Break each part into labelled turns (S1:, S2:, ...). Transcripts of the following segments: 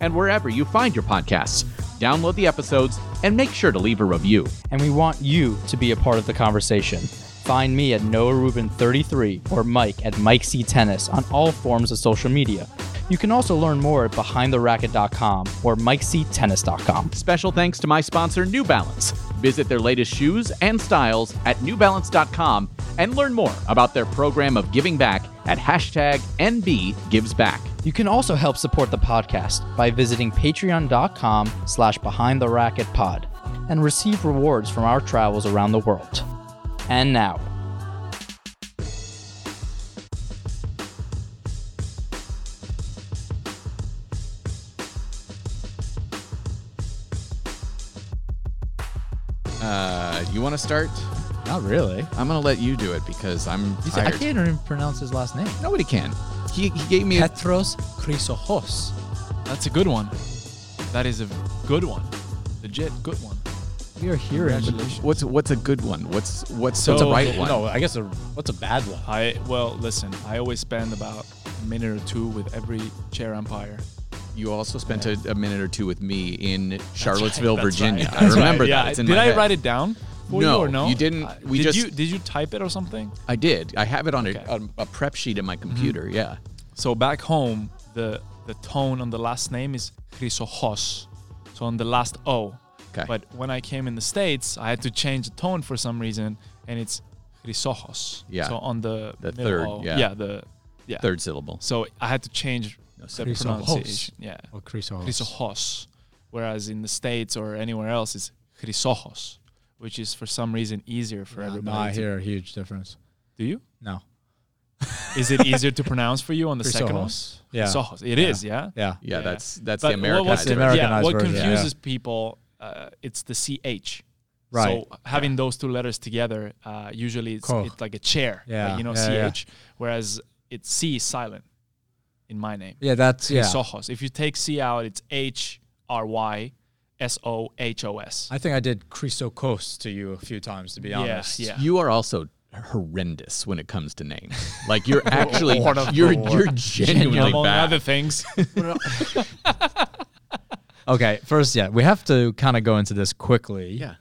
S1: and wherever you find your podcasts. Download the episodes and make sure to leave a review.
S2: And we want you to be a part of the conversation. Find me at Noah Rubin33 or Mike at Mike C Tennis on all forms of social media. You can also learn more at behindtheracket.com or mikectennis.com.
S1: Special thanks to my sponsor, New Balance. Visit their latest shoes and styles at newbalance.com and learn more about their program of giving back at hashtag NBGivesBack.
S2: You can also help support the podcast by visiting patreon.com slash behind the racket pod and receive rewards from our travels around the world. And now,
S3: Uh, you want to start?
S4: Not really.
S3: I'm gonna let you do it because I'm
S4: You see, I
S3: tired.
S4: can't even pronounce his last name.
S3: Nobody can. He, he gave me. A,
S4: Petros Chrysochos.
S5: That's a good one. That is a good one. Legit good one.
S4: We are here in
S3: what's what's a good one? What's what's what's a
S5: So- uh,
S3: right one?
S4: No, I guess a, what's a bad one?
S5: I well, listen, I always spend about a minute or two with every chair umpire.
S3: You also spent a, a minute or two with me in Charlottesville,
S5: That's
S3: Virginia.
S5: right.
S3: I
S5: That's right.
S3: remember that.
S5: Yeah,
S3: It's in
S5: did
S3: my
S5: I
S3: head.
S5: write it down? For
S3: No,
S5: you or no?
S3: you didn't.
S5: I-
S3: We
S5: did
S3: just-
S5: you, did you type it or something?
S3: I did. I have it on
S5: Okay. Mm-hmm. Uh,
S3: a, on a prep sheet in my computer. Yeah.
S5: So back home, the the tone on the last name is Chrysochos, so on the last O.
S3: Okay.
S5: But when I came in the states, I had to change the tone for some reason, and it's Chrysochos.
S3: Yeah.
S5: So on the
S3: The
S5: middle
S3: third,
S5: O.
S3: yeah.
S5: Yeah. The yeah.
S3: Third syllable.
S5: So I had to change the
S4: Chrysochos.
S5: pronunciation. Yeah.
S4: Or Oh, Chrysochos.
S5: Chrysochos. Whereas in the States or anywhere else, it's Chrysochos, which is for some reason easier for
S4: no,
S5: everybody.
S4: Ah, I
S5: to-
S4: hear a huge difference.
S5: Do you?
S4: No.
S5: Is it easier to pronounce for you on the second one?
S4: Chrysochos. Yeah.
S5: Chrysochos. It is, yeah?
S4: Yeah.
S3: Yeah,
S5: Yeah.
S3: that's that's
S5: But
S3: the
S5: what-
S3: American.
S5: what's
S4: the
S5: the-
S4: American-
S5: yeah,
S4: Americanized
S5: what
S4: version, yeah.
S5: confuses people, uh, it's the CH.
S4: Right.
S5: So having those two letters together, uh, usually it's,
S4: Koch.
S5: it's like a chair,
S4: Yeah,
S5: like, you know,
S4: yeah, yeah.
S5: CH, whereas it's C is silent in my name.
S4: Yeah, that's yeah.
S5: Chrysochos. If you take C out, it's H R Y S O H O S.
S4: I think I did Chrysochos to you a few times, to be honest.
S5: yeah.
S3: You are also horrendous when it comes to names. Like you're actually
S5: One of
S3: you're
S5: the
S3: you're
S5: worst.
S3: genuinely
S5: Among
S3: bad.
S5: other things.
S4: Okay, first, yeah, we have to kind of go into this quickly.
S3: yeah.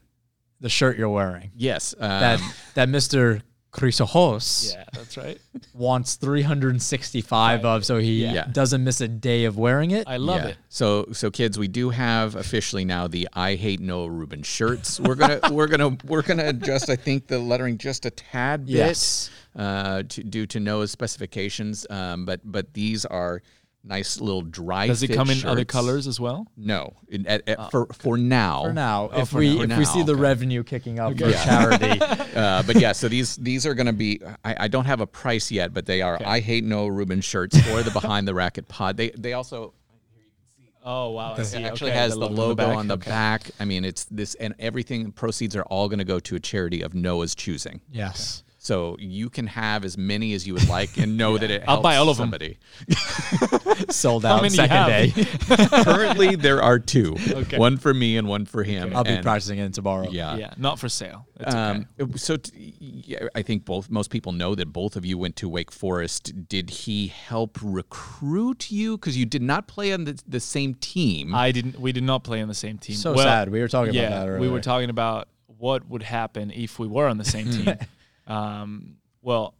S4: The shirt you're wearing.
S3: Yes. Um,
S4: That that Mr. Chrysochos
S5: yeah, that's right.
S4: wants 365 of, so he
S3: Yeah.
S4: doesn't miss a day of wearing it.
S5: I love
S3: Yeah.
S5: it.
S3: So so kids, we do have officially now the I hate Noah Rubin shirts. We're gonna we're gonna we're gonna adjust I think the lettering just a tad bit
S4: Yes.
S3: uh, to, due to Noah's specifications. Um, but but these are nice little dry.
S5: Does it
S3: fit
S5: come in other
S3: shirts.
S5: colors as well?
S3: No. In- at- at- for for now.
S4: Oh, for now.
S3: Oh,
S4: if
S3: for
S4: we
S3: now.
S4: if
S3: For
S4: we
S3: now,
S4: see the
S3: okay.
S4: revenue kicking up for charity,
S3: Uh, but yeah, so these these are going to be. I, I don't have a price yet, but they are. I hate Noah Rubin shirts or the behind the racket pod. They they also
S5: Oh wow, I see.
S3: It actually
S5: Okay,
S3: has the logo, on the,
S5: back.
S3: back.
S5: Okay.
S3: I mean, it's this, and everything proceeds are all going to go to a charity of Noah's choosing.
S4: yes.
S3: So you can have as many as you would like, and know that it. Helps
S5: I'll buy all of 'em.
S3: somebody.
S4: Sold out
S5: many you
S4: second day.
S5: have?
S3: Currently, there are two. One for me and one for him.
S4: I'll be
S3: and-
S4: practicing it tomorrow.
S3: Yeah.
S5: Yeah, not for sale. It's okay.
S3: Um, So t- yeah, I think both most people know that both of you went to Wake Forest. Did he help recruit you? Because you did not play on the, the same team.
S5: I didn't. We did not play on the same team.
S4: So
S5: Well,
S4: sad. We were talking
S5: yeah,
S4: about that earlier.
S5: we were talking about what would happen if we were on the same team. um, well,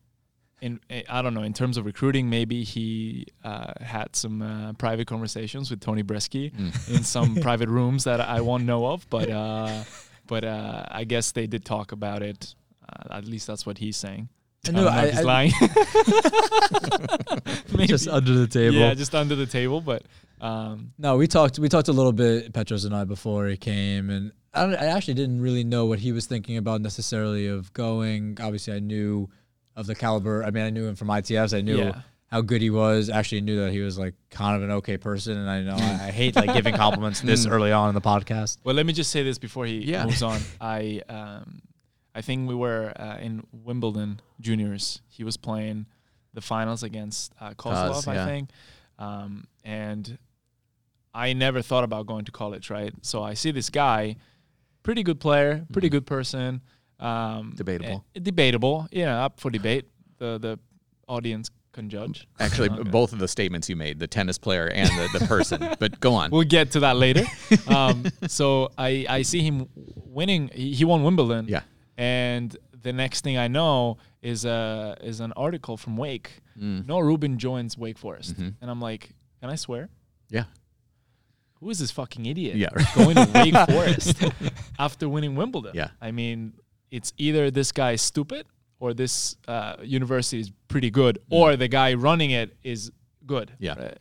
S5: in I don't know. In terms of recruiting, maybe he uh, had some uh, private conversations with Tony Bresky
S4: Mm.
S5: in some private rooms that I won't know of. But uh, but uh, I guess they did talk about it. Uh, at least that's what he's saying.
S4: I
S5: I
S4: know,
S5: don't know
S4: I-
S5: if he's
S4: I-
S5: lying. maybe.
S4: just under the table.
S5: yeah, just under the table. But um,
S4: no, we talked. We talked a little bit, Petros and I, before he came, and I, don't, I actually didn't really know what he was thinking about necessarily of going. Obviously, I knew of the caliber. I mean, I knew him from ITFs. I knew
S5: Yeah.
S4: how how good he was. Actually knew that he was like kind of an okay person, and I know I, I hate like giving compliments
S5: Mm.
S4: this early on in the podcast.
S5: Well, let me just say this before he
S3: Yeah.
S5: moves on. I um, I think we were uh, in Wimbledon juniors. He was playing the finals against uh, Kozlov,
S3: yeah.
S5: I think, um, and I never thought about going to college. Right, so I see this guy, pretty good player, pretty good person.
S3: Mm-hmm.
S5: Um,
S3: Debatable.
S5: eh, debatable, yeah, up for debate. The the audience can judge.
S3: Actually, b- both of the statements you made, the tennis player and the, the person, but go on.
S5: We'll get to that later. um, so I, I see him winning. He, he won Wimbledon.
S3: Yeah.
S5: And the next thing I know is a is an article from Wake. No Rubin joins Wake Forest, and I'm like, can I swear?
S3: Yeah.
S5: Who is this fucking idiot?
S3: Yeah.
S5: Going to Wake Forest after winning Wimbledon.
S3: Yeah.
S5: I mean, it's either this guy is stupid or this uh, university is pretty good, or the guy running it is good.
S3: Mm. Yeah.
S5: right?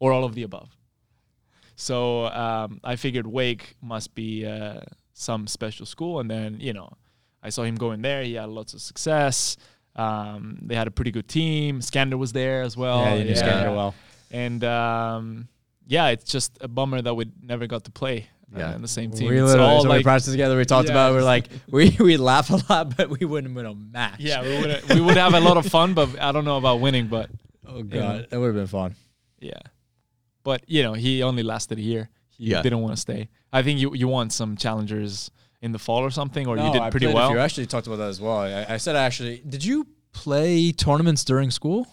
S5: Or all of the above. So um, I figured Wake must be uh, some special school, and then you know, I saw him going there. He had lots of success. Um, they had a pretty good team. Skander was there as well.
S4: Yeah, you knew Skander well.
S5: And um, yeah, it's just a bummer that we never got to play uh,
S3: Yeah.
S5: in the same team.
S4: we
S5: It's
S4: literally
S5: all
S4: so we
S5: like-
S4: practiced together. We talked
S5: Yeah.
S4: about. It, we're like we we laugh a lot, but we wouldn't win a match.
S5: yeah, we would we would have a lot of fun, but I don't know about winning. But
S4: Oh god, that would have been fun.
S5: yeah, but you know, he only lasted a year. He
S3: Yeah.
S5: didn't want to stay. I think you you won some challengers in the fall or something, or you
S4: No,
S5: did
S4: I
S5: pretty
S4: played a
S5: well.
S4: few. I actually talked about that as well. I, I said I actually. Did you play tournaments during school?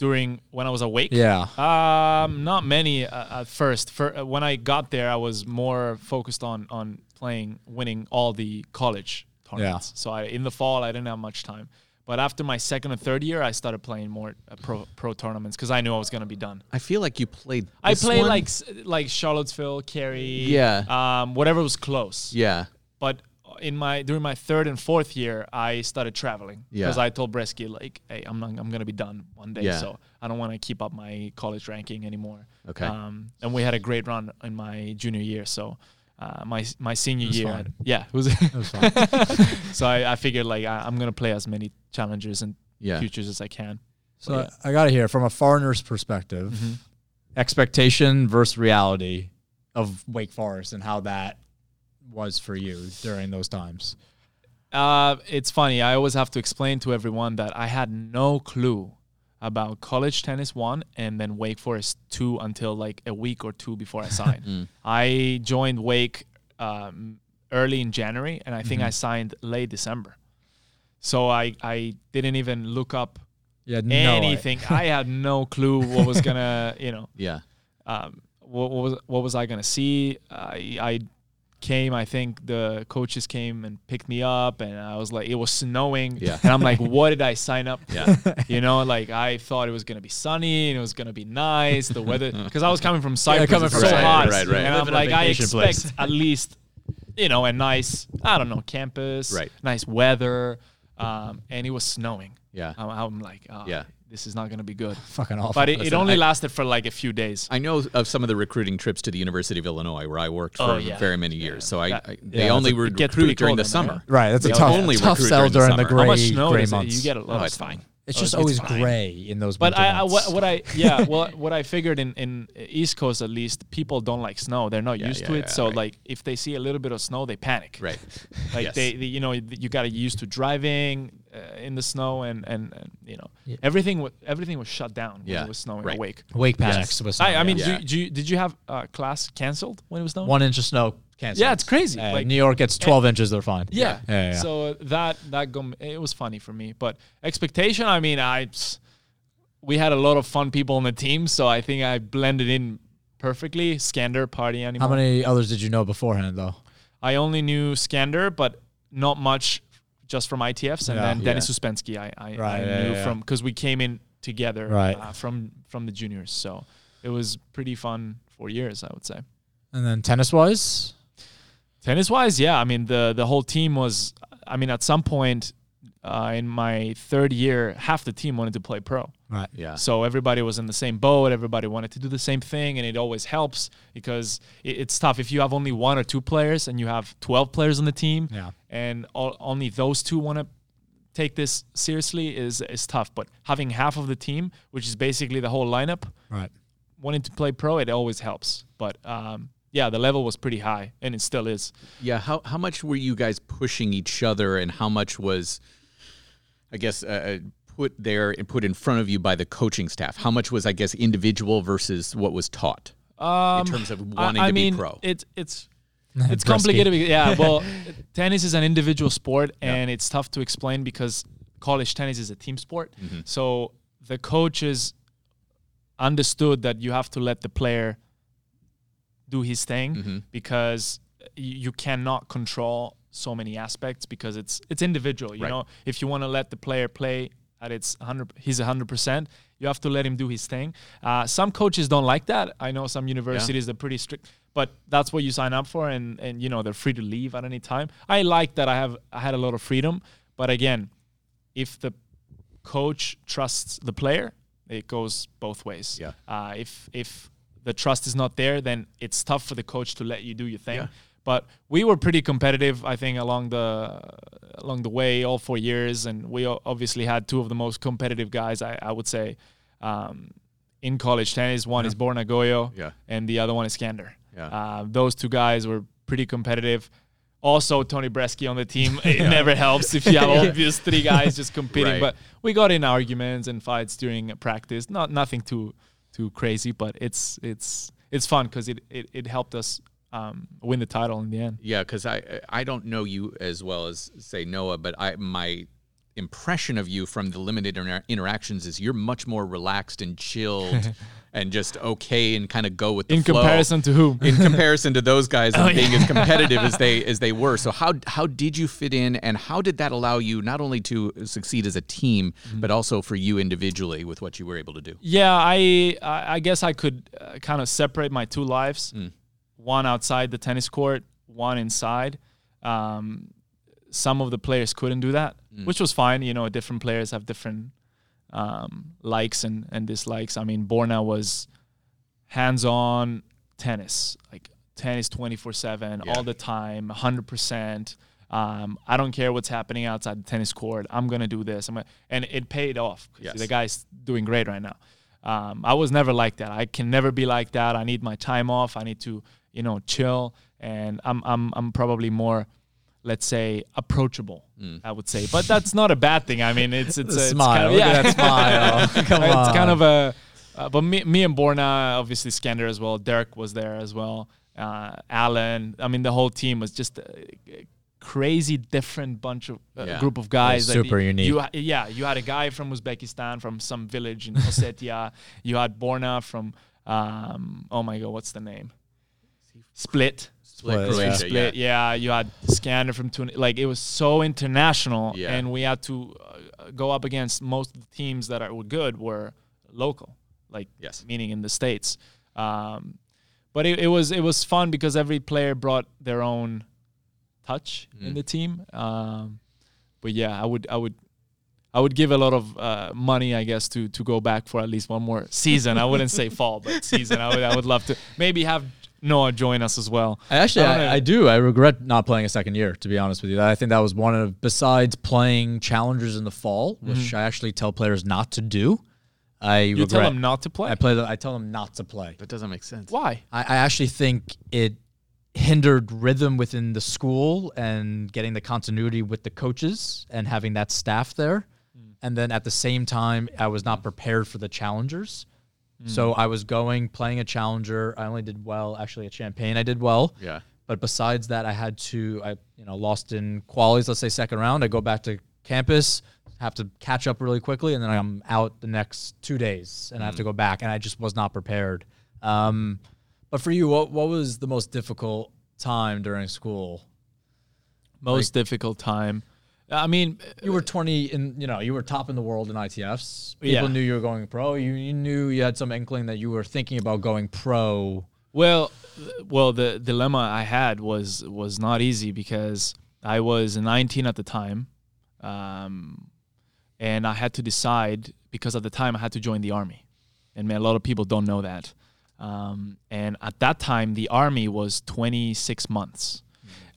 S5: during when I was awake.
S4: Yeah.
S5: Um, not many uh, at first. For, uh, when I got there, I was more focused on on playing, winning all the college tournaments. So I, in the fall, I didn't have much time. But after my second or third year, I started playing more uh, pro pro tournaments because I knew I was gonna be done.
S3: I feel like you played.
S5: I
S3: this
S5: play
S3: one.
S5: like s- like Charlottesville, Cary,
S3: Yeah.
S5: um, whatever was close.
S3: Yeah.
S5: But in my during my third and fourth year, I started traveling
S3: Yeah.
S5: because I told Bresky like, "Hey, I'm not, I'm gonna be done one day,
S3: Yeah.
S5: so I don't want to keep up my college ranking anymore."
S3: Okay.
S5: Um, and we had a great run in my junior year, so. Uh, my my senior year,
S4: fine.
S5: yeah, it was.
S4: fine.
S5: so I, I figured like I, I'm gonna play as many challengers and
S3: Yeah.
S5: futures as I can.
S4: So I got to hear from a foreigner's perspective, Mm-hmm. expectation versus reality of Wake Forest and how that was for you during those times.
S5: Uh, it's funny. I always have to explain to everyone that I had no clue about college tennis one and then Wake Forest two until like a week or two before I signed. I joined Wake um, early in January and I think I signed late December. So I, I didn't even look up
S4: Yeah,
S5: anything. I had no clue what was gonna you know
S3: Yeah.
S5: um, what, what was what was I gonna see? I, I came. I think the coaches came and picked me up, and I was like, it was snowing,
S3: Yeah.
S5: and I'm like, what did I sign up? For?
S3: Yeah.
S5: You know, like I thought it was gonna be sunny and it was gonna be nice. The weather, because I was coming from Cyprus,
S4: coming
S5: it's
S4: from
S5: so
S4: Cyprus.
S5: hot,
S3: Right, right, right.
S5: and I'm
S4: Living on
S5: like, I
S4: vacation
S5: expect
S4: place.
S5: at least, you know, a nice, I don't know, campus,
S3: Right.
S5: Nice weather, um, and it was snowing.
S3: Yeah.
S5: I'm, I'm like, oh,
S3: Yeah.
S5: this is not gonna be good.
S4: Fucking awful.
S5: But it, it
S3: Listen,
S5: only
S3: I-
S5: lasted for like a few days.
S3: I know of some of the recruiting trips to the University of Illinois where I worked for
S5: Oh, yeah.
S3: very many years. So I,
S5: That-
S3: I
S4: Yeah,
S3: they only
S5: that's a- it
S3: would
S5: gets
S3: recruit
S5: pretty
S3: during
S5: cold
S3: the
S5: on
S3: summer.
S5: there.
S4: right, that's a
S3: They
S4: tough,
S3: only
S4: tough
S3: recruit
S4: sell during the,
S3: summer.
S4: gray,
S5: How much snow
S4: gray
S5: does it-
S4: months.
S5: You get a lot.
S3: Oh,
S5: of
S3: it's
S5: snow.
S3: fine.
S4: it's just
S5: it's
S4: always
S5: fine.
S4: gray in those.
S5: But
S4: winter
S5: I, I
S4: months.
S5: what, what I yeah well what I figured in in East Coast at least people don't like snow they're not
S3: Yeah,
S5: used
S3: yeah,
S5: to it
S3: yeah,
S5: so
S3: right.
S5: like if they see a little bit of snow they panic
S3: Right.
S5: like
S3: Yes.
S5: they, they you know you got to used to driving uh, in the snow and and, and you know everything wa- everything was shut down when
S3: Yeah,
S5: it was snowing
S3: right.
S5: awake
S4: Wake panics with snow.
S5: I, I mean
S3: Yeah.
S5: do, you- do you, did you have uh, class canceled when it was snowing
S4: one inch of snow canceled.
S5: Yeah, it's crazy.
S4: Uh,
S5: Like-
S4: New York gets 12 inches, they're fine.
S5: Yeah.
S4: yeah, yeah.
S5: So uh, that that gum it was funny for me, but expectation. I mean, I s- we had a lot of fun people on the team, so I think I blended in perfectly. Skander, party animal.
S4: How many others did you know beforehand, though?
S5: I only knew Skander, but not much, just from ITFs, and
S4: Yeah.
S5: then Dennis Suspensky. I I, I
S4: Right,
S5: knew
S4: yeah, yeah, yeah.
S5: from because we came in together
S4: Right.
S5: uh, from from the juniors, so it was pretty fun four years, I would say.
S4: And then tennis wise,
S5: Tennis wise, yeah. I mean, the the whole team was. I mean, at some point uh, in my third year, half the team wanted to play pro.
S4: right?
S3: Yeah.
S5: So everybody was in the same boat. Everybody wanted to do the same thing, and it always helps because it, it's tough if you have only one or two players and you have twelve players on the team,
S4: Yeah.
S5: and all, only those two want to take this seriously is is tough. But having half of the team, which is basically the whole lineup,
S4: Right.
S5: wanting to play pro, it always helps. But um, yeah, the level was pretty high, and it still is.
S3: Yeah, how how much were you guys pushing each other, and how much was, I guess, uh, uh, put there and put in front of you by the coaching staff? How much was, I guess, individual versus what was taught
S5: Um,
S3: in terms of wanting
S5: I, I
S3: to
S5: mean,
S3: be pro?
S5: It's it's it's complicated. Because, yeah, well, tennis is an individual sport, and it's tough to explain because college tennis is a team sport.
S3: Mm-hmm.
S5: So the coaches understood that you have to let the player do his thing
S3: Mm-hmm.
S5: because you, you cannot control so many aspects because it's it's individual. You
S3: Right.
S5: know, if you want to let the player play at its 100, he's 100%, you have to let him do his thing. Uh, some coaches don't like that. I know some universities are pretty strict, but that's what you sign up for, and and you know they're free to leave at any time. I like that. I have I had a lot of freedom, but again, if the coach trusts the player, it goes both ways.
S3: Yeah.
S5: Uh, if if the trust is not there, then it's tough for the coach to let you do your thing.
S3: Yeah.
S5: But we were pretty competitive, I think, along the along the way, all four years, and we o- obviously had two of the most competitive guys. I, I would say um, in college tennis, one is Borna Goyo,
S3: Yeah.
S5: and the other one is Skander.
S3: Yeah.
S5: Uh, those two guys were pretty competitive. Also, Tony Bresky on the team. It never helps if you have all these three guys just competing.
S3: Right.
S5: But we got in arguments and fights during practice. Not nothing too too crazy, but it's it's it's fun because it, it it helped us um, win the title in the end.
S3: Yeah, because I I don't know you as well as say Noah, but I my impression of you from the limited inter- interactions is you're much more relaxed and chilled and just okay and kind of go with the
S5: In
S3: flow.
S5: comparison to whom?
S3: in comparison to those guys and
S5: Oh, yeah.
S3: being as competitive as they as they were. So how how did you fit in and how did that allow you not only to succeed as a team
S5: Mm-hmm.
S3: but also for you individually with what you were able to do?
S5: Yeah, I I I guess I could uh, kind of separate my two lives,
S3: Hmm.
S5: one outside the tennis court, one inside. Um, some of the players couldn't do that,
S3: Hmm.
S5: which was fine. You know, different players have different um, likes and, and dislikes. I mean, Borna was hands-on tennis, like tennis 24/7 all the time, 100%. Um, I don't care what's happening outside the tennis court. I'm gonna do this. I'm gonna, and it paid off. 'cause
S3: Yes.
S5: The guy's doing great right now. Um, I was never like that. I can never be like that. I need my time off. I need to, you know, chill. And I'm I'm I'm probably more, let's say, approachable. I would say, but that's not a bad thing. I mean, it's it's a it's
S4: Mm. smile.
S5: Kind of, yeah.
S4: Look at that smile. Come on.
S5: it's kind of a. Uh, but me, me and Borna, obviously Skander as well. Derek was there as well. Uh, Alan. I mean, the whole team was just a a crazy, different bunch of uh,
S3: Yeah.
S5: group of guys.
S4: It was super
S5: you-
S4: unique.
S5: You, ha- yeah, you had a guy from Uzbekistan, from some village in Ossetia. you had Borna from. Um, oh my God, what's the name? Split.
S3: Split,
S4: Split, yeah.
S3: Croatia, yeah.
S5: Split, yeah. you had Scanner from Tunis. Like it was so international,
S3: Yeah.
S5: and we had to uh, go up against most of the teams that are, were good were local, like
S3: Yes.
S5: meaning in the states. Um, but it, it was it was fun because every player brought their own touch
S3: Mm.
S5: in the team. Um, but yeah, I would I would I would give a lot of uh, money, I guess, to to go back for at least one more season. I wouldn't say fall, but season. I would I would love to maybe have Noah join us as well.
S4: I actually,
S5: I don't
S4: I,
S5: know.
S4: I do. I regret not playing a second year, to be honest with you. I think that was one of, besides playing challengers in the fall, which I actually tell players not to do. I
S5: Mm-hmm. You
S4: regret.
S5: tell them not to play.
S4: I play. The, I tell them not to play.
S3: That doesn't make sense.
S5: Why?
S4: I, I actually think it hindered rhythm within the school and getting the continuity with the coaches and having that staff there. And then at the same time, I was not prepared for the challengers. So I was going playing a challenger. I only did well actually at Champagne. I did well.
S3: Yeah.
S4: But besides that, I had to I you know lost in qualies. Let's say second round. I go back to campus, have to catch up really quickly, and then I'm out the next two days, and I have to go back. And I just was not prepared. Um, but for you, what what was the most difficult time during school?
S5: most difficult time. I mean,
S4: You were 20, and you know you were top in the world in ITFs. People
S5: Yeah.
S4: knew you were going pro. You, you knew you had some inkling that you were thinking about going pro.
S5: well, well, the dilemma I had was was not easy because I was 19 at the time, um, and I had to decide because at the time I had to join the army, and man, a lot of people don't know that. Um, and at that time, the army was 26 months.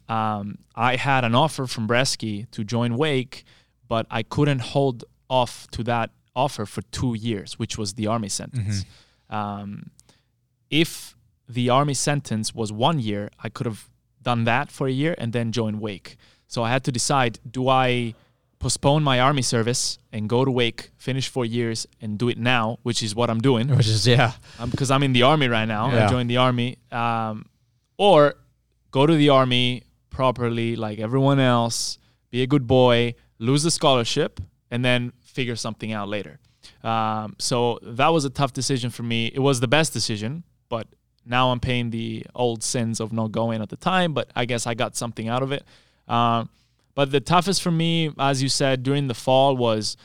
S5: Um, I had an offer from Bresky to join Wake, but I couldn't hold off to that offer for two years, which was the army sentence. Um, if the army sentence was one year, I could have done that for a year and then joined Wake. So I had to decide: do I postpone my army service and go to Wake, finish four years, and do it now, which is what I'm doing,
S4: Which is yeah,
S5: because I'm in the army right now.
S4: Yeah.
S5: I joined the army, um, or go to the army properly, like everyone else. Be a good boy, lose the scholarship, and then figure something out later. Um, so that was a tough decision for me. It was the best decision, but now I'm paying the old sins of not going at the time. But I guess I got something out of it. Um, but the toughest for me, as you said, during the fall was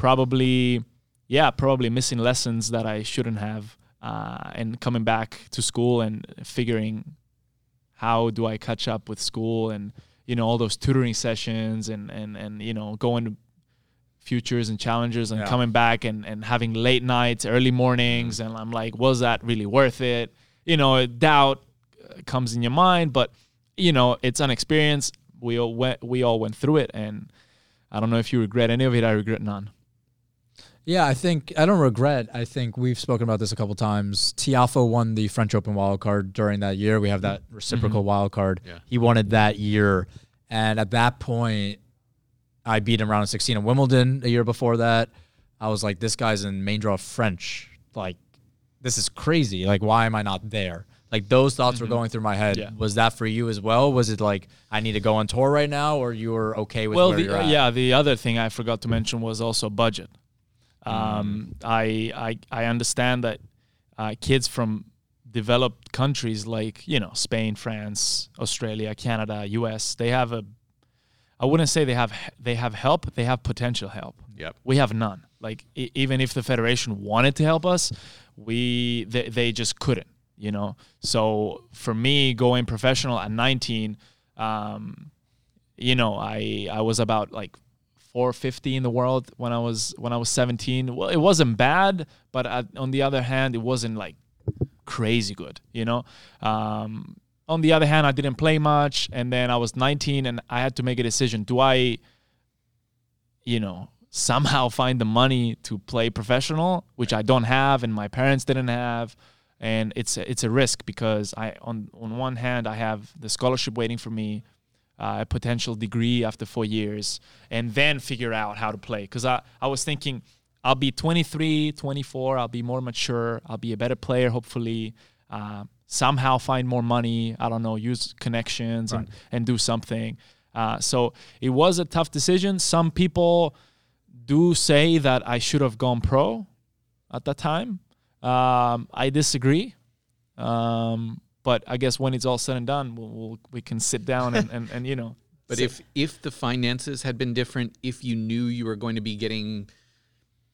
S5: probably yeah, probably missing lessons that I shouldn't have, uh, and coming back to school and figuring how do I catch up with school and you know all those tutoring sessions and and and you know going to futures and challengers and
S4: Yeah.
S5: coming back and and having late nights, early mornings, and I'm like, was that really worth it? You know, doubt uh, comes in your mind, but you know it's an experience. We all went we all went through it, and I don't know if you regret any of it. I regret none.
S4: yeah. I think I don't regret. I think we've spoken about this a couple times. Tiafo won the French Open wild card during that year. We have that
S5: Mm-hmm.
S4: reciprocal wild card.
S3: Yeah.
S4: He won it that year, and at that point, I beat him round of 16 in Wimbledon a year before that. I was like, this guy's in main draw French. Like, this is crazy. Like, why am I not there? Like, those thoughts were going through my head.
S5: Mm-hmm. Yeah.
S4: Was that for you as well? Was it like, I need to go on tour right now, or you were okay with
S5: well
S4: where
S5: the, uh,
S4: you're at?
S5: yeah the other thing i forgot to mention was also budget
S4: Mm.
S5: um, I, I i understand that uh, kids from developed countries like you know spain france australia canada us they have a i wouldn't say they have he- they have help they have potential help
S3: Yep.
S5: we have none like e- even if the federation wanted to help us we they, they just couldn't you know so for me going professional at 19 um, you know, I I was about like 450 in the world when I was when I was 17. Well, it wasn't bad, but uh on the other hand, it wasn't like crazy good, you know. Um, on the other hand, I didn't play much, and then I was 19, and I had to make a decision: do I, you know, somehow find the money to play professional, which I don't have, and my parents didn't have, and it's a, it's a risk because I on on one hand I have the scholarship waiting for me, uh, a potential degree after four years and then figure out how to play. Because I, I was thinking, I'll be 23, 24, I'll be more mature, I'll be a better player, hopefully, uh, somehow find more money, I don't know, use connections and, and do something. Uh, so it was a tough decision. Some people do say that I should have gone pro at that time. Um, I disagree. Um, but I guess when it's all said and done, we'll, we'll, we can sit down and, and, and you know.
S3: But if if the finances had been different, if you knew you were going to be getting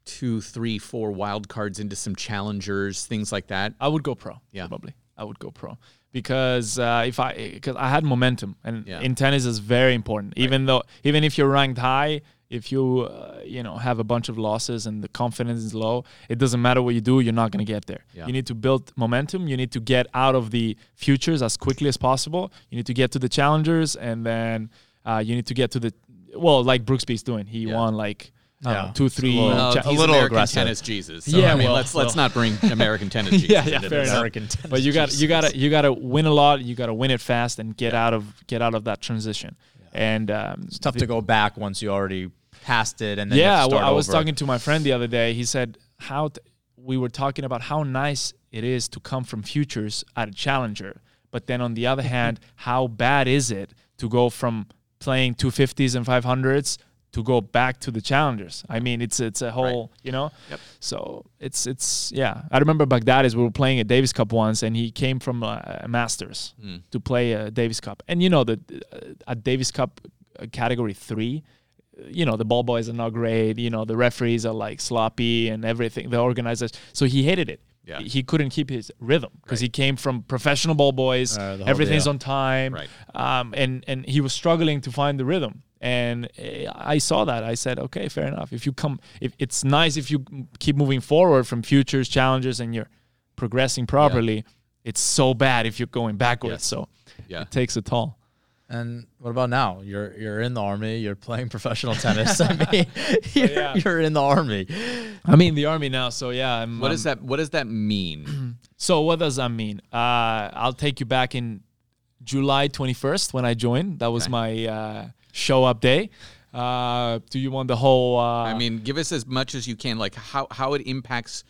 S3: two, three, four wild cards into some challengers, things like that,
S5: I would go pro.
S3: Yeah.
S5: probably. I would go pro because uh, if I because I had momentum and
S3: Yeah.
S5: in tennis is very important. Even though even if you're ranked high, if you uh, you know have a bunch of losses and the confidence is low, it doesn't matter what you do. You're not gonna get there.
S3: Yeah.
S5: You need to build momentum. You need to get out of the futures as quickly as possible. You need to get to the challengers and then uh, you need to get to the well like Brooksby's doing. He
S3: Yeah.
S5: won like. I don't
S4: Yeah.
S5: know, two, three.
S3: well,
S5: cha-
S3: he's American tennis Jesus. So,
S5: Yeah,
S3: I mean,
S5: well,
S3: let's let's not bring American tennis Jesus
S5: Yeah, yeah,
S3: into
S5: fair
S3: this.
S5: enough. but you got you got to you got to win a lot. You got to win it fast and get out of get out of that transition. And um,
S4: It's tough to go back once you already passed it. And then you have to
S5: yeah, well,
S4: start
S5: I was
S4: over.
S5: talking to my friend the other day. He said how t- we were talking about how nice it is to come from futures at a challenger, but then on the other hand, how bad is it to go from playing 250s and 500s to go back to the challengers? I mean, it's it's a whole, you know.
S3: Yep.
S5: So it's it's yeah. I remember Baghdadis. We were playing a Davis Cup once, and he came from a, a Masters
S4: Hmm.
S5: to play a Davis Cup. And you know the uh, at Davis Cup uh, category three, uh, you know the ball boys are not great. You know the referees are like sloppy and everything. The organizers. So he hated it.
S3: Yeah.
S5: He couldn't keep his rhythm because he came from professional ball boys.
S4: Uh, the whole
S5: everything's
S4: deal.
S5: on time.
S3: Right.
S5: Um, and and he was struggling to find the rhythm. And eh, I saw that. I said, okay, fair enough. If you come, if it's nice if you m- keep moving forward from futures, challenges, and you're progressing properly. It's so bad if you're going backwards. So
S3: Yeah.
S5: it takes a toll.
S4: And what about now? You're you're in the army. You're playing professional tennis. I mean, you're,
S5: yeah.
S4: you're in the army.
S5: I'm in the army now, so yeah. I'm,
S3: What
S5: I'm-
S3: does that What does that mean?
S5: So what does that mean? Uh, I'll take you back in July 21st when I joined. That was my uh, show up day. Uh, do you want the whole? Uh,
S3: I mean, give us as much as you can, like how how it impacts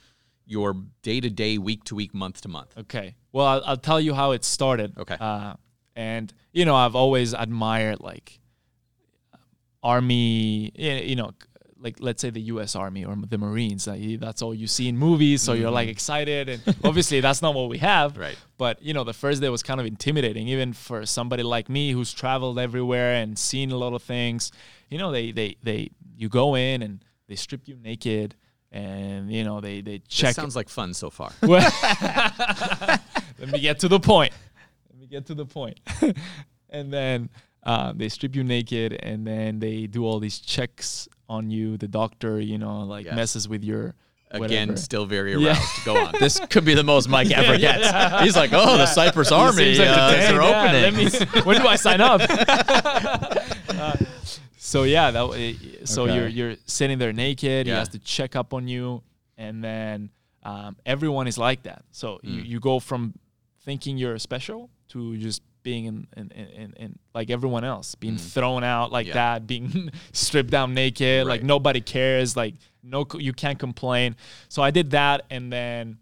S3: your day to day, week to week, month to month.
S5: Okay. Well, I'll, I'll tell you how it started.
S3: Okay.
S5: Uh, and you know, I've always admired like uh, army. y- You know, c- like let's say the U.S. Army or the Marines. That you- That's all you see in movies, so you're like excited, and obviously that's not what we have.
S3: Mm-hmm. Right.
S5: But you know, the first day was kind of intimidating, even for somebody like me who's traveled everywhere and seen a lot of things. You know, they they they you go in and they strip you naked. And you know they they
S3: That
S5: check
S3: sounds like fun so far.
S5: well, let me get to the point. Let me get to the point. and then uh, they strip you naked, and then they do all these checks on you. The doctor, you know, like
S3: Yes.
S5: messes with your
S3: Again,
S5: whatever.
S3: still very
S5: Yeah.
S3: aroused. Go on.
S4: This could be the most Mike ever gets. He's like, oh, the Cyprus
S5: Seems
S4: army.
S5: like
S4: uh,
S5: the
S4: is
S5: day.
S4: their
S5: Yeah,
S4: opening.
S5: let me s- when do I sign up? Uh, so yeah, that w- i- so
S4: Okay.
S5: you're you're sitting there naked. He
S3: Yeah.
S5: has to check up on you, and then um, everyone is like that. So you,
S3: Mm.
S5: you go from thinking you're special to just being in, in, in, in, in like everyone else, being thrown out like
S3: Mm. Yeah.
S5: that, being stripped down naked, like
S3: Right.
S5: nobody cares, like no, co- you can't complain. So I did that, and then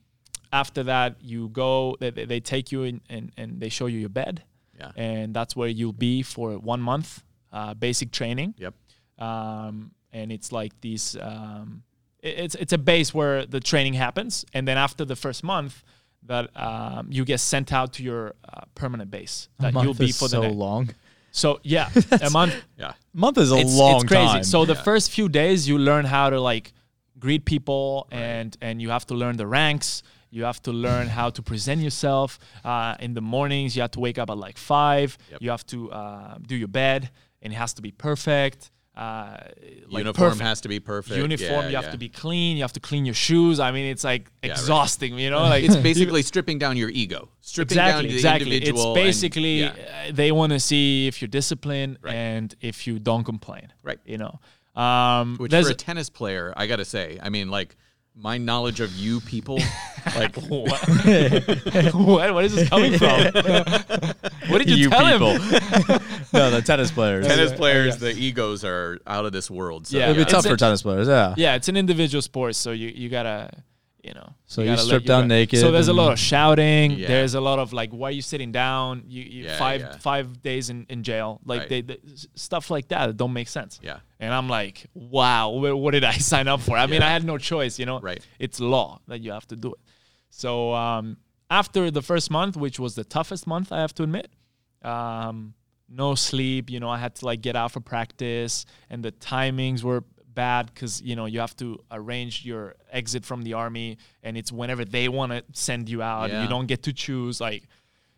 S5: after that you go they, they they take you in and, and they show you your bed
S3: Yeah.
S5: and that's where you'll be for one month uh, basic training
S3: Yep.
S5: um, and it's like these um, it- it's it's a base where the training happens and then after the first month that um, you get sent out to your uh, permanent base that you'll be for the
S4: so
S5: next.
S4: long.
S5: so yeah a month
S3: Yeah.
S4: Month is a
S5: it's,
S4: long
S5: it's crazy.
S4: time.
S5: So the first few days you learn how to like greet people and and you have to learn the ranks. You have to learn how to present yourself. Uh, in the mornings you have to wake up at like five. You have to uh, do your bed and it has to be perfect. Uh, like
S3: Uniform
S5: perfect
S3: has to be perfect.
S5: uniform.
S3: Yeah,
S5: you have
S3: yeah.
S5: to be clean. You have to clean your shoes. I mean, it's like
S3: right.
S5: exhausting. You know, like
S3: It's basically stripping down your ego, stripping down
S5: exactly
S3: the
S5: exactly. It's
S3: individual. and-
S5: basically
S3: yeah.
S5: uh, they want to see if you're disciplined
S3: Right.
S5: and if you don't complain.
S3: Right.
S5: You know. Um,
S3: Which
S5: there's-
S3: for a tennis player, I gotta say, I mean, like my knowledge of you people, like
S5: what? what? What is this coming from? what did you,
S4: You
S5: tell him?
S4: people. no, the tennis players.
S3: tennis players, the egos are out of this world. So
S5: Yeah.
S4: It'd be
S5: It's
S4: tough for
S5: a-
S4: tennis players. Yeah.
S5: Yeah, it's an individual sport, so you you gotta. You know,
S4: So you
S5: gotta let
S4: strip
S5: your-
S4: down naked
S5: So there's a lot
S4: and-
S5: of shouting.
S3: Yeah.
S5: There's a lot of like, why are you sitting down? You, you
S3: Yeah,
S5: five
S3: yeah.
S5: five days in, in jail, like
S3: Right.
S5: they, they- s- stuff like that. that don't make sense.
S3: Yeah.
S5: And I'm like, wow, wh- what did I sign up for? I mean, I had no choice, you know.
S3: Right.
S5: It's law that you have to do it. So um, after the first month, which was the toughest month, I have to admit, um, no sleep. You know, I had to like get out for practice, and the timings were bad because you know you have to arrange your exit from the army, and it's whenever they want to send you out.
S3: Yeah.
S5: You don't get to choose. Like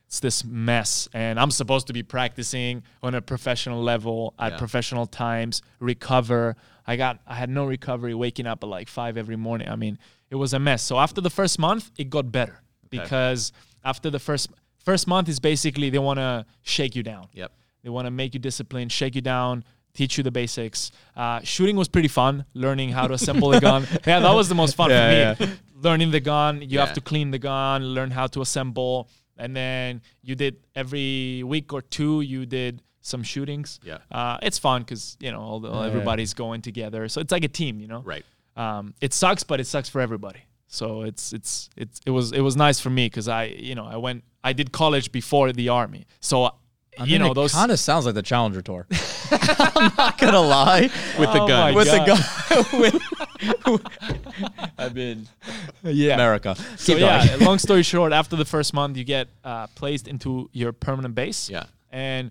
S5: it's this mess, and I'm supposed to be practicing on a professional level at
S3: Yeah.
S5: professional times. Recover. I got. I had no recovery. Waking up at like five every morning. I mean, it was a mess. So after the first month, it got better because after the first first month is basically they want to shake you down.
S3: Yep.
S5: They want to make you disciplined, shake you down, teach you the basics. Uh, shooting was pretty fun, learning how to assemble the gun. Yeah, that was the most fun for me. Learning the gun, you
S3: Yeah.
S5: have to clean the gun, learn how to assemble, and then you did every week or two. You did some shootings.
S3: Yeah.
S5: uh, it's fun because you know all the, everybody's going together, so it's like a team. You know,
S3: Right.
S5: um, it sucks, but it sucks for everybody. So it's it's it's it was it was nice for me because I you know I went I did college before the army, so you know those
S4: kind of sounds like the Challenger Tour. I'm not gonna lie. With
S5: the Oh gun. my
S4: With
S5: God.
S4: the gun. with
S5: I've been yeah
S4: America.
S5: So
S4: Keep
S5: yeah,
S4: going.
S5: long story short, after the first month, you get uh, placed into your permanent base.
S3: Yeah.
S5: and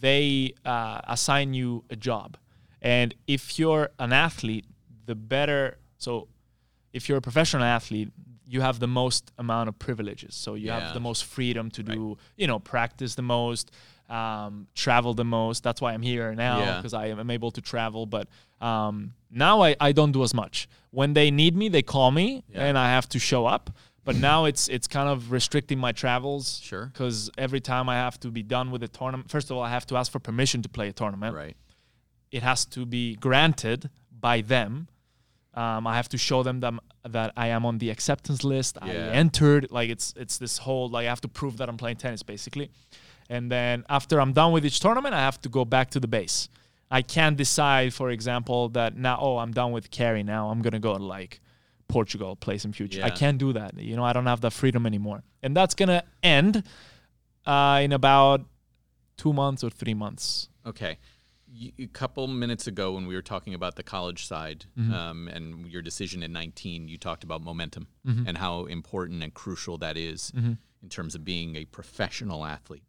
S5: they uh, assign you a job. And if you're an athlete, the better. So, if you're a professional athlete, you have the most amount of privileges. So you
S3: Yeah.
S5: have the most freedom to do, you know, practice the most, um, travel the most. That's why I'm here now
S3: Yeah.
S5: because I am able to travel. But um, now I, I don't do as much. When they need me, they call me and I have to show up. But now it's it's kind of restricting my travels.
S3: Sure.
S5: Because every time I have to be done with a tournament, first of all, I have to ask for permission to play a tournament.
S3: Right.
S5: It has to be granted by them. Um, I have to show them that, I'm- that I am on the acceptance list. I
S3: Yeah.
S5: entered. Like it's it's this whole like I have to prove that I'm playing tennis basically. And then after I'm done with each tournament, I have to go back to the base. I can't decide, for example, that now oh I'm done with carry now I'm gonna go to like Portugal play some future. I
S3: Yeah.
S5: can't do that. You know I don't have that freedom anymore. And that's gonna end uh, in about two months or three months.
S3: Okay. Y- A couple minutes ago, when we were talking about the college side um, and your decision in 19, you talked about momentum and how important and crucial that is in terms of being a professional athlete.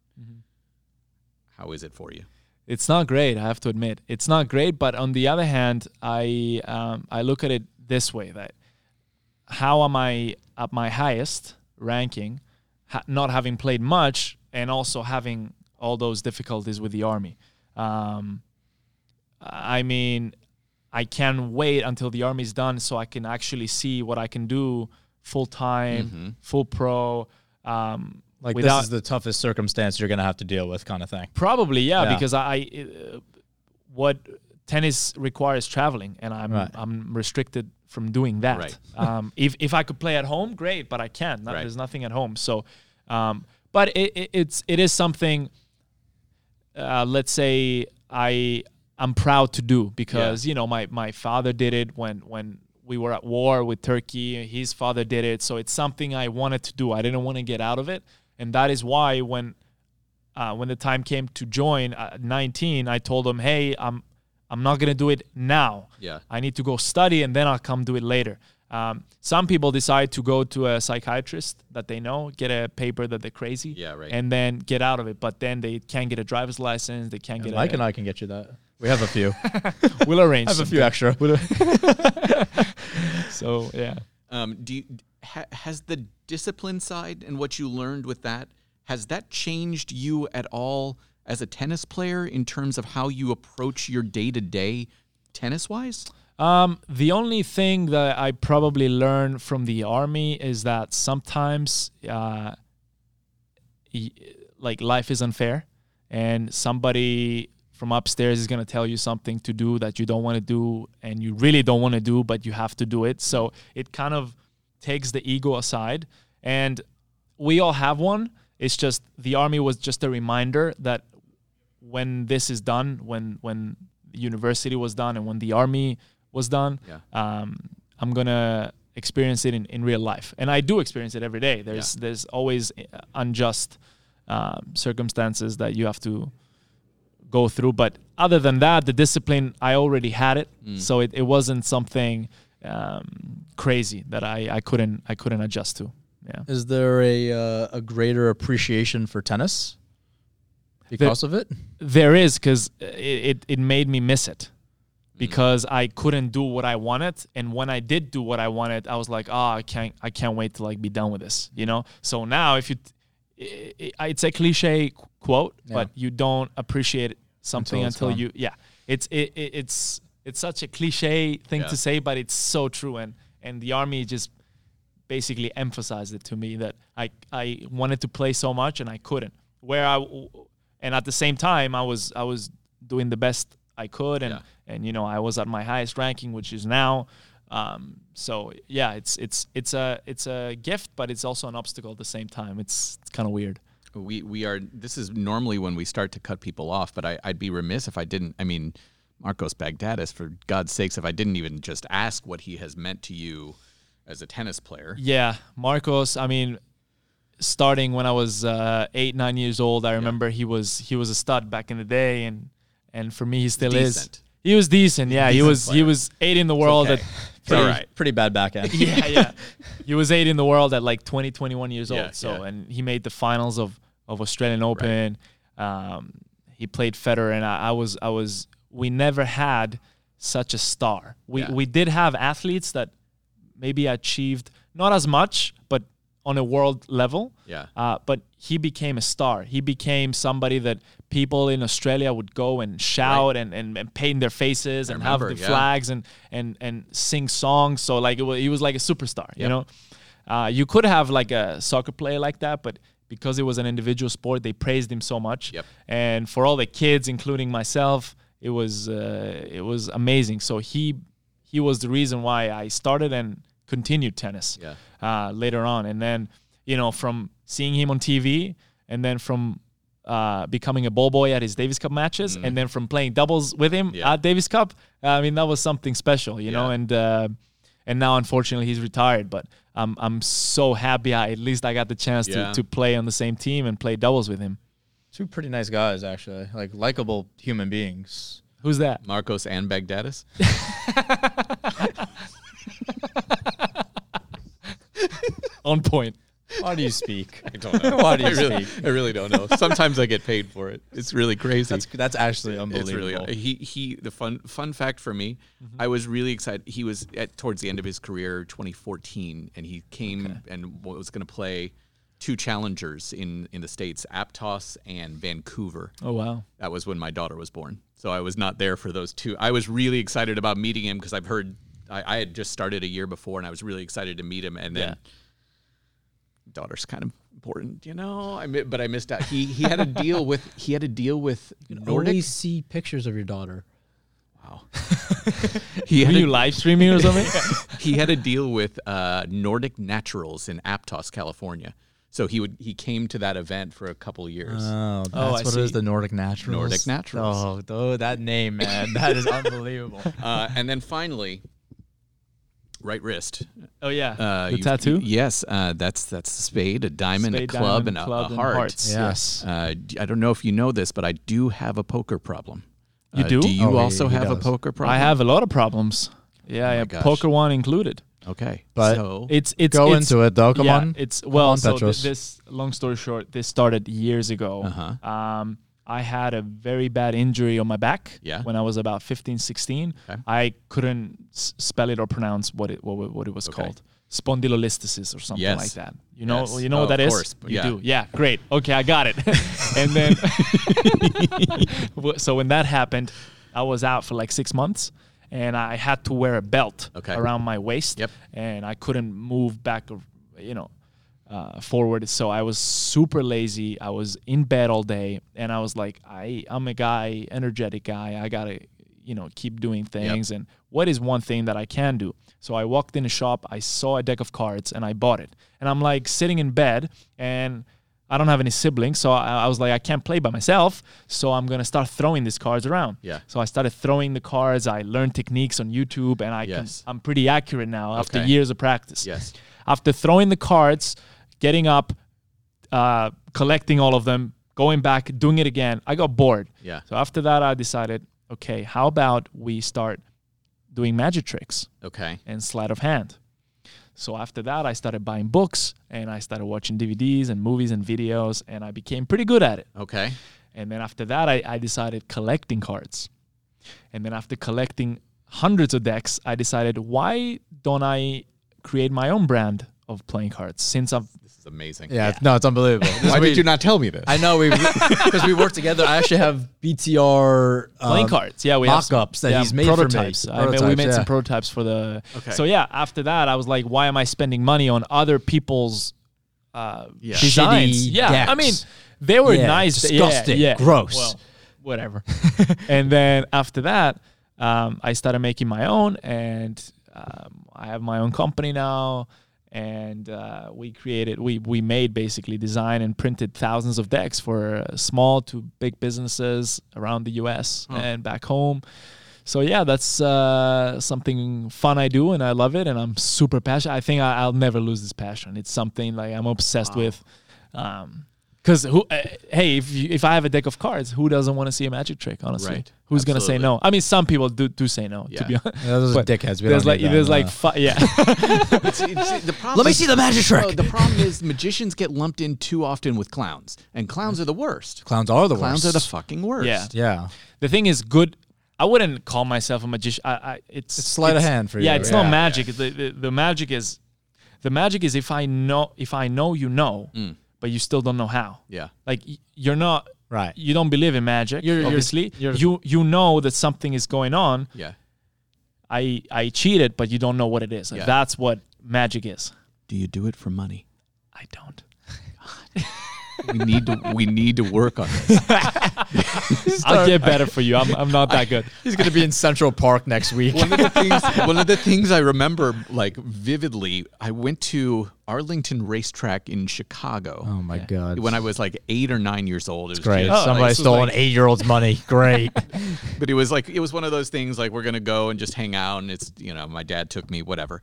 S3: How is it for you?
S5: It's not great, I have to admit. It's not great, but on the other hand, I um, I look at it this way that how am I at my highest ranking, ha- not having played much, and also having all those difficulties with the army. Um, I mean, I can wait until the army's done so I can actually see what I can do full time, full pro. Um,
S4: Like
S5: without-
S4: this is the toughest circumstance you're gonna have to deal with, kind of thing.
S5: Probably, yeah,
S4: Yeah.
S5: because I, I- uh, what tennis requires traveling, and I'm
S4: Right.
S5: I'm restricted from doing that.
S3: Right.
S5: Um, if if I could play at home, great, but I can't. Not,
S3: Right.
S5: There's nothing at home. So, um, but it, it, it's it is something. Uh, let's say I I'm proud to do because you know my my father did it when when we were at war with Turkey. His father did it, so it's something I wanted to do. I didn't want to get out of it, and that is why when uh, when the time came to join uh, 19, I told them, "Hey, I'm I'm not gonna do it now.
S3: Yeah.
S5: I need to go study, and then I'll come do it later." Um, some people decide to go to a psychiatrist that they know, get a paper that they're crazy,
S3: Yeah, right.
S5: and then get out of it. But then they can't get a driver's license. They can't get.
S4: Mike
S5: a,
S4: and I can get you that. We have a few. I
S5: We'll arrange.
S4: have a
S5: something.
S4: few extra.
S5: So yeah.
S3: Um, do you, ha, has the discipline side and what you learned with that has that changed you at all as a tennis player in terms of how you approach your day to day tennis wise?
S5: Um, the only thing that I probably learned from the army is that sometimes, uh, y- like life is unfair, and somebody from upstairs is gonna tell you something to do that you don't want to do, and you really don't want to do, but you have to do it. So it kind of takes the ego aside, and we all have one. It's just the army was just a reminder that when this is done, when when university was done and when the army was done,
S3: Yeah.
S5: um, I'm gonna experience it in, in real life, and I do experience it every day. There's there's always uh, unjust um, circumstances that you have to go through. But other than that, the discipline I already had it, so it, it wasn't something um, crazy that I, I couldn't I couldn't adjust to. Yeah.
S4: Is there a uh, a greater appreciation for tennis because of it?
S5: There is because it, it, it made me miss it
S4: Mm.
S5: because I couldn't do what I wanted, and when I did do what I wanted, I was like, oh, I can't I can't wait to like be done with this, you know. So now if you, i i- i- it's a cliche qu- quote, but you don't appreciate something
S4: Until it's
S5: until,
S4: gone.
S5: you yeah. It's it, it it's it's such a cliche thing
S3: Yeah.
S5: to say, but it's so true, and and the army just basically emphasized it to me that I I wanted to play so much and I couldn't. Where I and at the same time I was I was doing the best I could and and you know I was at my highest ranking, which is now. Um, so yeah, it's it's it's a it's a gift, but it's also an obstacle at the same time. It's it's kind of weird.
S3: We we are. This is normally when we start to cut people off, but I, I'd be remiss if I didn't. I mean, Marcos Bagdatis, for God's sakes, if I didn't even just ask what he has meant to you as a tennis player.
S5: Yeah, Marcos. I mean, starting when I was uh, eight, nine years old, I remember he was he was a stud back in the day, and and for me, he still
S3: Decent.
S5: is. He was decent. Yeah, he
S3: Decent
S5: was he
S3: player.
S5: was eight in the world
S3: okay.
S5: at
S3: It's all
S4: Pretty,
S3: right.
S4: pretty bad back end.
S5: yeah, yeah. He was eight in the world at like 20, 21 years
S3: Yeah,
S5: old. So,
S3: yeah.
S5: and he made the finals of, of Australian Open. Um, he played Federer, and I, I was, I was, we never had such a star. We,
S3: Yeah.
S5: we did have athletes that maybe achieved not as much, but on a world level.
S3: Yeah.
S5: Uh, but he became a star. He became somebody that people in Australia would go and shout and, and, and paint their faces and have
S3: remember,
S5: the
S3: yeah.
S5: flag flags and and and sing songs. So like it was, he was like a superstar, you know. Uh, you could have like a soccer player like that, but because it was an individual sport, they praised him so much.
S3: Yep.
S5: And for all the kids, including myself, it was uh, it was amazing. So he he was the reason why I started and continued tennis
S3: Yeah.
S5: uh, later on. And then, you know, from seeing him on TV and then from uh, becoming a ball boy at his Davis Cup matches and then from playing doubles with him
S3: Mm. Yeah.
S5: at Davis Cup, I mean, that was something special, you know,
S3: Yeah.
S5: and, uh, and now unfortunately he's retired, but I'm, I'm so happy. I, at least I got the chance
S3: Yeah.
S5: to, to play on the same team and play doubles with him.
S6: Two pretty nice guys, actually. Like likable human beings.
S5: Who's that?
S3: Marcos and Baghdadis.
S5: On point.
S6: Why do you speak?
S3: I don't know.
S6: Why do you
S3: I really,
S6: speak?
S3: I really don't know. Sometimes I get paid for it. It's really crazy.
S6: That's that's actually unbelievable.
S3: It's really he he. The fun fun fact for me, I was really excited. He was at towards the end of his career, 2014, and he came and was going to play two challengers in in the states, Aptos and Vancouver.
S5: Oh, wow.
S3: That was when my daughter was born, so I was not there for those two. I was really excited about meeting him because I've heard I, I had just started a year before, and I was really excited to meet him, and then. Daughter's kind of important, you know. I mi- but I missed out. He he had a deal with he had a deal with Nordic
S4: Only see pictures of your daughter.
S3: He
S5: Were
S3: had,
S5: you
S3: a,
S5: live streaming or something?
S3: he had a deal with uh, Nordic Naturals in Aptos, California. So he would he came to that event for a couple years.
S5: Uh.
S4: Oh, that's
S5: I
S4: what it is.
S5: see.
S4: The Nordic Naturals.
S3: Nordic Naturals.
S4: Oh, though that name, man, that is unbelievable.
S3: Uh, and then finally, right wrist.
S5: oh, yeah.
S3: Uh,
S5: the
S3: you-
S5: tattoo?
S3: yes, uh, that's that's the spade, a diamond,
S5: Spade,
S3: a club,
S5: diamond,
S3: and a,
S5: club,
S3: a
S5: and
S3: heart.
S5: hearts.
S4: Yes.
S3: Uh, d- I don't know if you know this, but I do have a poker problem.
S5: You
S3: Uh,
S5: do?
S3: Do you
S4: Oh, he-
S3: also
S4: he
S3: have a
S4: does.
S3: poker problem?
S5: I have a lot of problems.
S4: Oh
S5: Yeah, yeah
S3: gosh.
S5: poker one included.
S3: Okay,
S4: But-
S3: so
S5: It's it's
S4: Go
S5: it's,
S4: into it, though. Come
S5: yeah,
S4: on.
S5: It's well,
S4: on,
S5: so th-
S4: Petros.
S5: this long story short, this started years ago.
S3: Uh-huh.
S5: Um, I had a very bad injury on my back
S3: Yeah.
S5: when I was about 15, 16.
S3: Okay.
S5: I couldn't s- spell it or pronounce what it what, it- what it was
S3: Okay.
S5: called. Spondylolisthesis or something
S3: Yes.
S5: like that. You know,
S3: Yes.
S5: you know
S3: Oh,
S5: what
S3: of
S5: that is.
S3: course.
S5: You
S3: Yeah.
S5: do. Yeah, great. Okay, I got it. and then Wh- so when that happened, I was out for like six months, and I had to wear a belt
S3: Okay.
S5: around my waist,
S3: Yep.
S5: and I couldn't move back, or, you know, uh, forward. So I was super lazy. I was in bed all day, and I was like, I I'm a guy, energetic guy. I gotta, you know, keep doing things. And what is one thing that I can do? So I walked in a shop. I saw a deck of cards, and I bought it. And I'm like sitting in bed, and I don't have any siblings, so I, I was like, I can't play by myself, so I'm gonna start throwing these cards around.
S3: Yeah.
S5: So I started throwing the cards. I learned techniques on YouTube, and I
S3: Yes.
S5: can, I'm pretty accurate now after
S3: Okay.
S5: years of practice.
S3: Yes.
S5: After throwing the cards, getting up, uh, collecting all of them, going back, doing it again, I got bored.
S3: yeah,
S5: So after that, I decided, okay, how about we start doing magic tricks?
S3: okay,
S5: and sleight of hand. So after that, I started buying books and I started watching DVDs and movies and videos, and I became pretty good at it.
S3: okay,
S5: And then after that, I, I decided collecting cards. And then after collecting hundreds of decks, I decided, why don't I create my own brand of playing cards since I've
S3: this is amazing.
S4: yeah, no, it's unbelievable. This
S3: Why
S4: we-
S3: did you not tell me this?
S4: I know we because we work together. I actually have BTR um,
S5: playing cards. Yeah, we have some-
S4: mock-ups that he's made for me.
S5: prototypes. I mean, we
S4: Prototypes,
S5: made
S4: yeah.
S5: some prototypes for the.
S3: Okay.
S5: So yeah, after that, I was like, why am I spending money on other people's uh, designs?
S4: Shitty
S5: Yeah, I
S4: decks.
S5: mean, they were
S4: Yeah,
S5: nice, yeah,
S4: disgusting,
S5: yeah.
S4: gross.
S5: Well, whatever. and then after that, um, I started making my own, and um, I have my own company now. And uh, we created, we we made basically design and printed thousands of decks for uh, small to big businesses around the U.S. and back home. So yeah, that's uh, something fun I do, and I love it, and I'm super passionate. I think I, I'll never lose this passion. It's something like I'm obsessed with. Um, Cause who? Uh, hey, if you, if I have a deck of cards, who doesn't want to see a magic trick? Honestly,
S3: Right.
S5: who's gonna say
S3: Absolutely.
S5: no? I mean, some people do do say no.
S3: Yeah.
S5: To be honest,
S4: Yeah, those are
S5: But
S4: dickheads. We
S5: there's
S4: don't
S5: like
S4: need that.
S5: there's
S4: No.
S5: like fi- yeah.
S3: It's- the problem
S4: Let me
S3: is-
S4: see the magic
S3: No,
S5: Oh,
S4: trick.
S3: the problem is magicians get lumped in too often with clowns, and clowns are the worst.
S4: clowns are the
S3: Clowns
S4: worst.
S3: are the fucking worst.
S5: Yeah.
S4: yeah.
S5: the thing is good. I wouldn't call myself a magician. I, I it's,
S4: It's sleight of hand for
S5: Yeah,
S4: you,
S5: it's
S4: yeah.
S5: not magic. The, the the magic is, the magic is if I know if I know you know, but you still don't know how.
S3: Mm. Yeah.
S5: Like y- you're not
S4: Right.
S5: You don't believe in magic.
S4: You're- you're-
S5: obviously,
S4: you're-
S5: you you know that something is going on.
S3: Yeah.
S5: I I cheated, but you don't know what it is.
S3: Yeah.
S5: That's what magic is.
S3: Do you do it for money?
S5: I don't.
S3: We need to we need to work on this.
S5: I'll get better for you. I'm, I'm not that good.
S4: He's going to be in Central Park next week.
S3: One of the things one of the things I remember like vividly, I went to Arlington Racetrack in Chicago.
S4: Oh my god!
S3: when I was like eight or nine years old. It was
S4: great, Oh,
S3: just-
S4: somebody
S5: this was
S4: stole
S5: like-
S4: an eight-year-old's money. Great.
S3: but it was like it was one of those things like we're gonna go and just hang out and it's you know my dad took me whatever.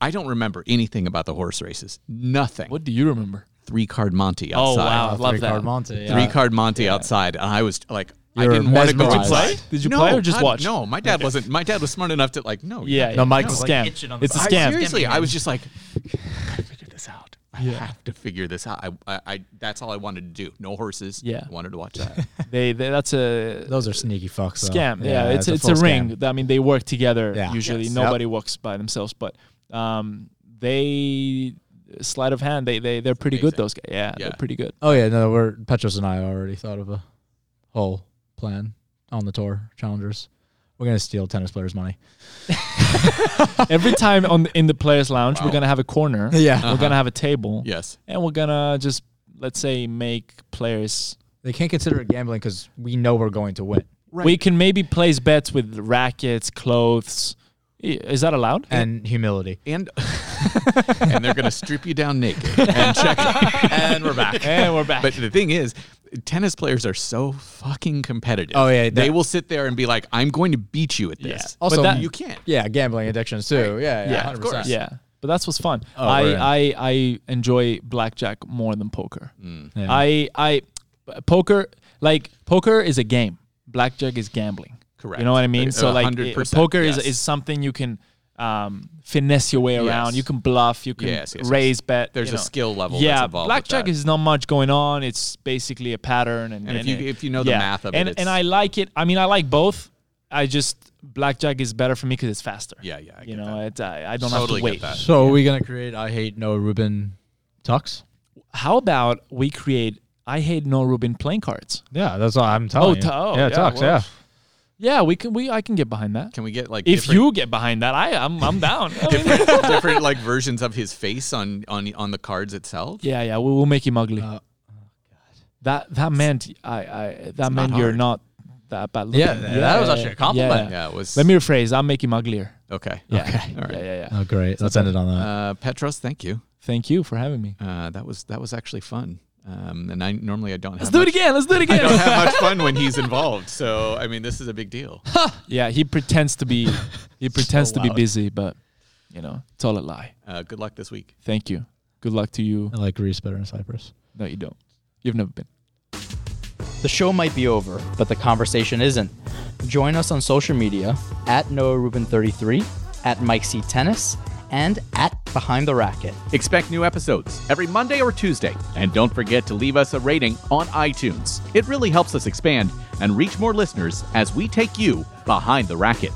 S3: I don't remember anything about the horse races. Nothing.
S5: What do you remember?
S3: Three card Monty
S5: Oh,
S3: outside.
S5: wow. I love
S4: Three
S5: that.
S4: card Monte. yeah.
S3: Three card Monty outside, and I was like, I
S4: You're
S3: didn't want to go
S4: mesmerized.
S3: outside.
S5: Did you play? Did you
S3: no,
S5: play or just
S3: I-
S5: watch?
S3: No, my dad wasn't. My dad was smart enough to like, no,
S5: Yeah.
S4: No, Michael's
S5: it's a
S4: like
S5: scam.
S4: itching on the
S5: it's a
S4: phone.
S3: I-
S5: scam.
S3: seriously, I was just like, I figure this out. I have to figure this out. I, I, I, that's all I wanted to do. No horses.
S5: Yeah.
S3: I wanted to watch that.
S5: They, they that's a
S4: Those are sneaky fucks. though.
S5: scam. Yeah, it's it's a,
S4: full
S5: ring.
S4: scam.
S5: Th- I mean, they work together
S4: Yeah.
S5: usually.
S4: Yes.
S5: Nobody works by themselves, but um, they sleight of hand. They they they're pretty good.
S3: amazing.
S5: Those guys. Yeah,
S3: Yeah.
S5: they're pretty good.
S4: Oh yeah, no, we're Petros and I already thought of a whole plan on the tour challengers. We're gonna steal tennis players' money.
S5: Every time on in the players' lounge, we're gonna have a corner.
S4: Yeah.
S5: we're gonna have a table.
S3: yes.
S5: and we're gonna just let's say make players.
S4: They can't consider it gambling because we know we're going to win.
S5: We can maybe place bets with rackets, clothes. I- Is that allowed?
S4: And humility.
S3: And and they're gonna strip you down naked and check, and we're back.
S5: and we're back.
S3: But the thing is, tennis players are so fucking competitive.
S4: Oh, yeah,
S3: they
S4: that-
S3: will sit there and be like, "I'm going to beat you at this."
S4: Also,
S3: But
S5: that-
S3: you can't.
S4: Yeah, gambling addictions too. Yeah, yeah,
S5: Yeah,
S4: 100%.
S5: of course. Yeah, but that's what's fun.
S4: Oh,
S5: I,
S4: right.
S5: I I enjoy blackjack more than poker.
S3: Mm.
S4: Yeah.
S5: I I poker like poker is a game. Blackjack is gambling.
S3: Correct.
S5: You know what I mean?
S3: Uh,
S5: so like
S3: 100%,
S5: poker
S3: yes.
S5: is is something you can um, finesse your way around.
S3: Yes.
S5: You can bluff. You can
S3: Yes, yes, yes.
S5: raise bet.
S3: There's
S5: you
S3: a
S5: know.
S3: skill level that's
S5: Yeah,
S3: involved with
S5: blackjack
S3: that.
S5: is not much going on. It's basically a pattern, and,
S3: And if you-
S5: it-
S3: if you know the math of it,
S5: and,
S3: it's-
S5: and I like it. I mean, I like both. I just blackjack is better for me because it's faster.
S3: Yeah, yeah, I
S5: you
S3: get
S5: know, it, uh, I, I don't
S3: Totally
S5: have to wait.
S3: get that.
S4: So are we gonna create I hate no Ruben tux?
S5: How about we create I hate no Rubin playing cards?
S4: Yeah, that's what I'm telling
S5: Oh, you. ta- oh, Yeah, yeah, tux, well. yeah. Yeah, we can. We I can get behind that.
S3: Can we get like
S5: If
S3: different-
S5: you get behind that, I I'm I'm down. I mean,
S3: different, different, like versions of his face on on on the cards itself.
S5: yeah, yeah, we, we'll make him ugly.
S4: Uh,
S5: That that meant I I that meant you're
S3: hard.
S5: not that bad looking.
S4: Yeah, that was actually a compliment.
S5: yeah.
S3: Yeah, it was.
S5: Let me rephrase. I'll make him uglier.
S3: Okay.
S5: Yeah.
S4: Okay.
S3: All right.
S5: Yeah, yeah, yeah.
S4: Oh great. Let's end it on that.
S3: Uh, Petros, thank you.
S5: Thank you for having me.
S3: Uh, that was that was actually fun. Um, and I normally I don't
S5: Let's
S3: have
S5: do
S3: much,
S5: it again. Let's do it
S3: I don't
S5: again.
S3: have much fun when he's involved. So I mean, this is a big deal.
S5: yeah, he pretends to be he pretends to be
S4: loud.
S5: busy, but you know it's all a lie.
S3: Uh, good luck this week.
S5: Thank you. Good luck to you.
S4: I like Greece better than Cyprus.
S5: No, you don't. You've never been.
S2: The show might be over, but the conversation isn't. Join us on social media at Noah Rubin33, at Mike C Tennis, and at Behind the Racket.
S1: Expect new episodes every Monday or Tuesday. And don't forget to leave us a rating on iTunes. It really helps us expand and reach more listeners as we take you behind the racket.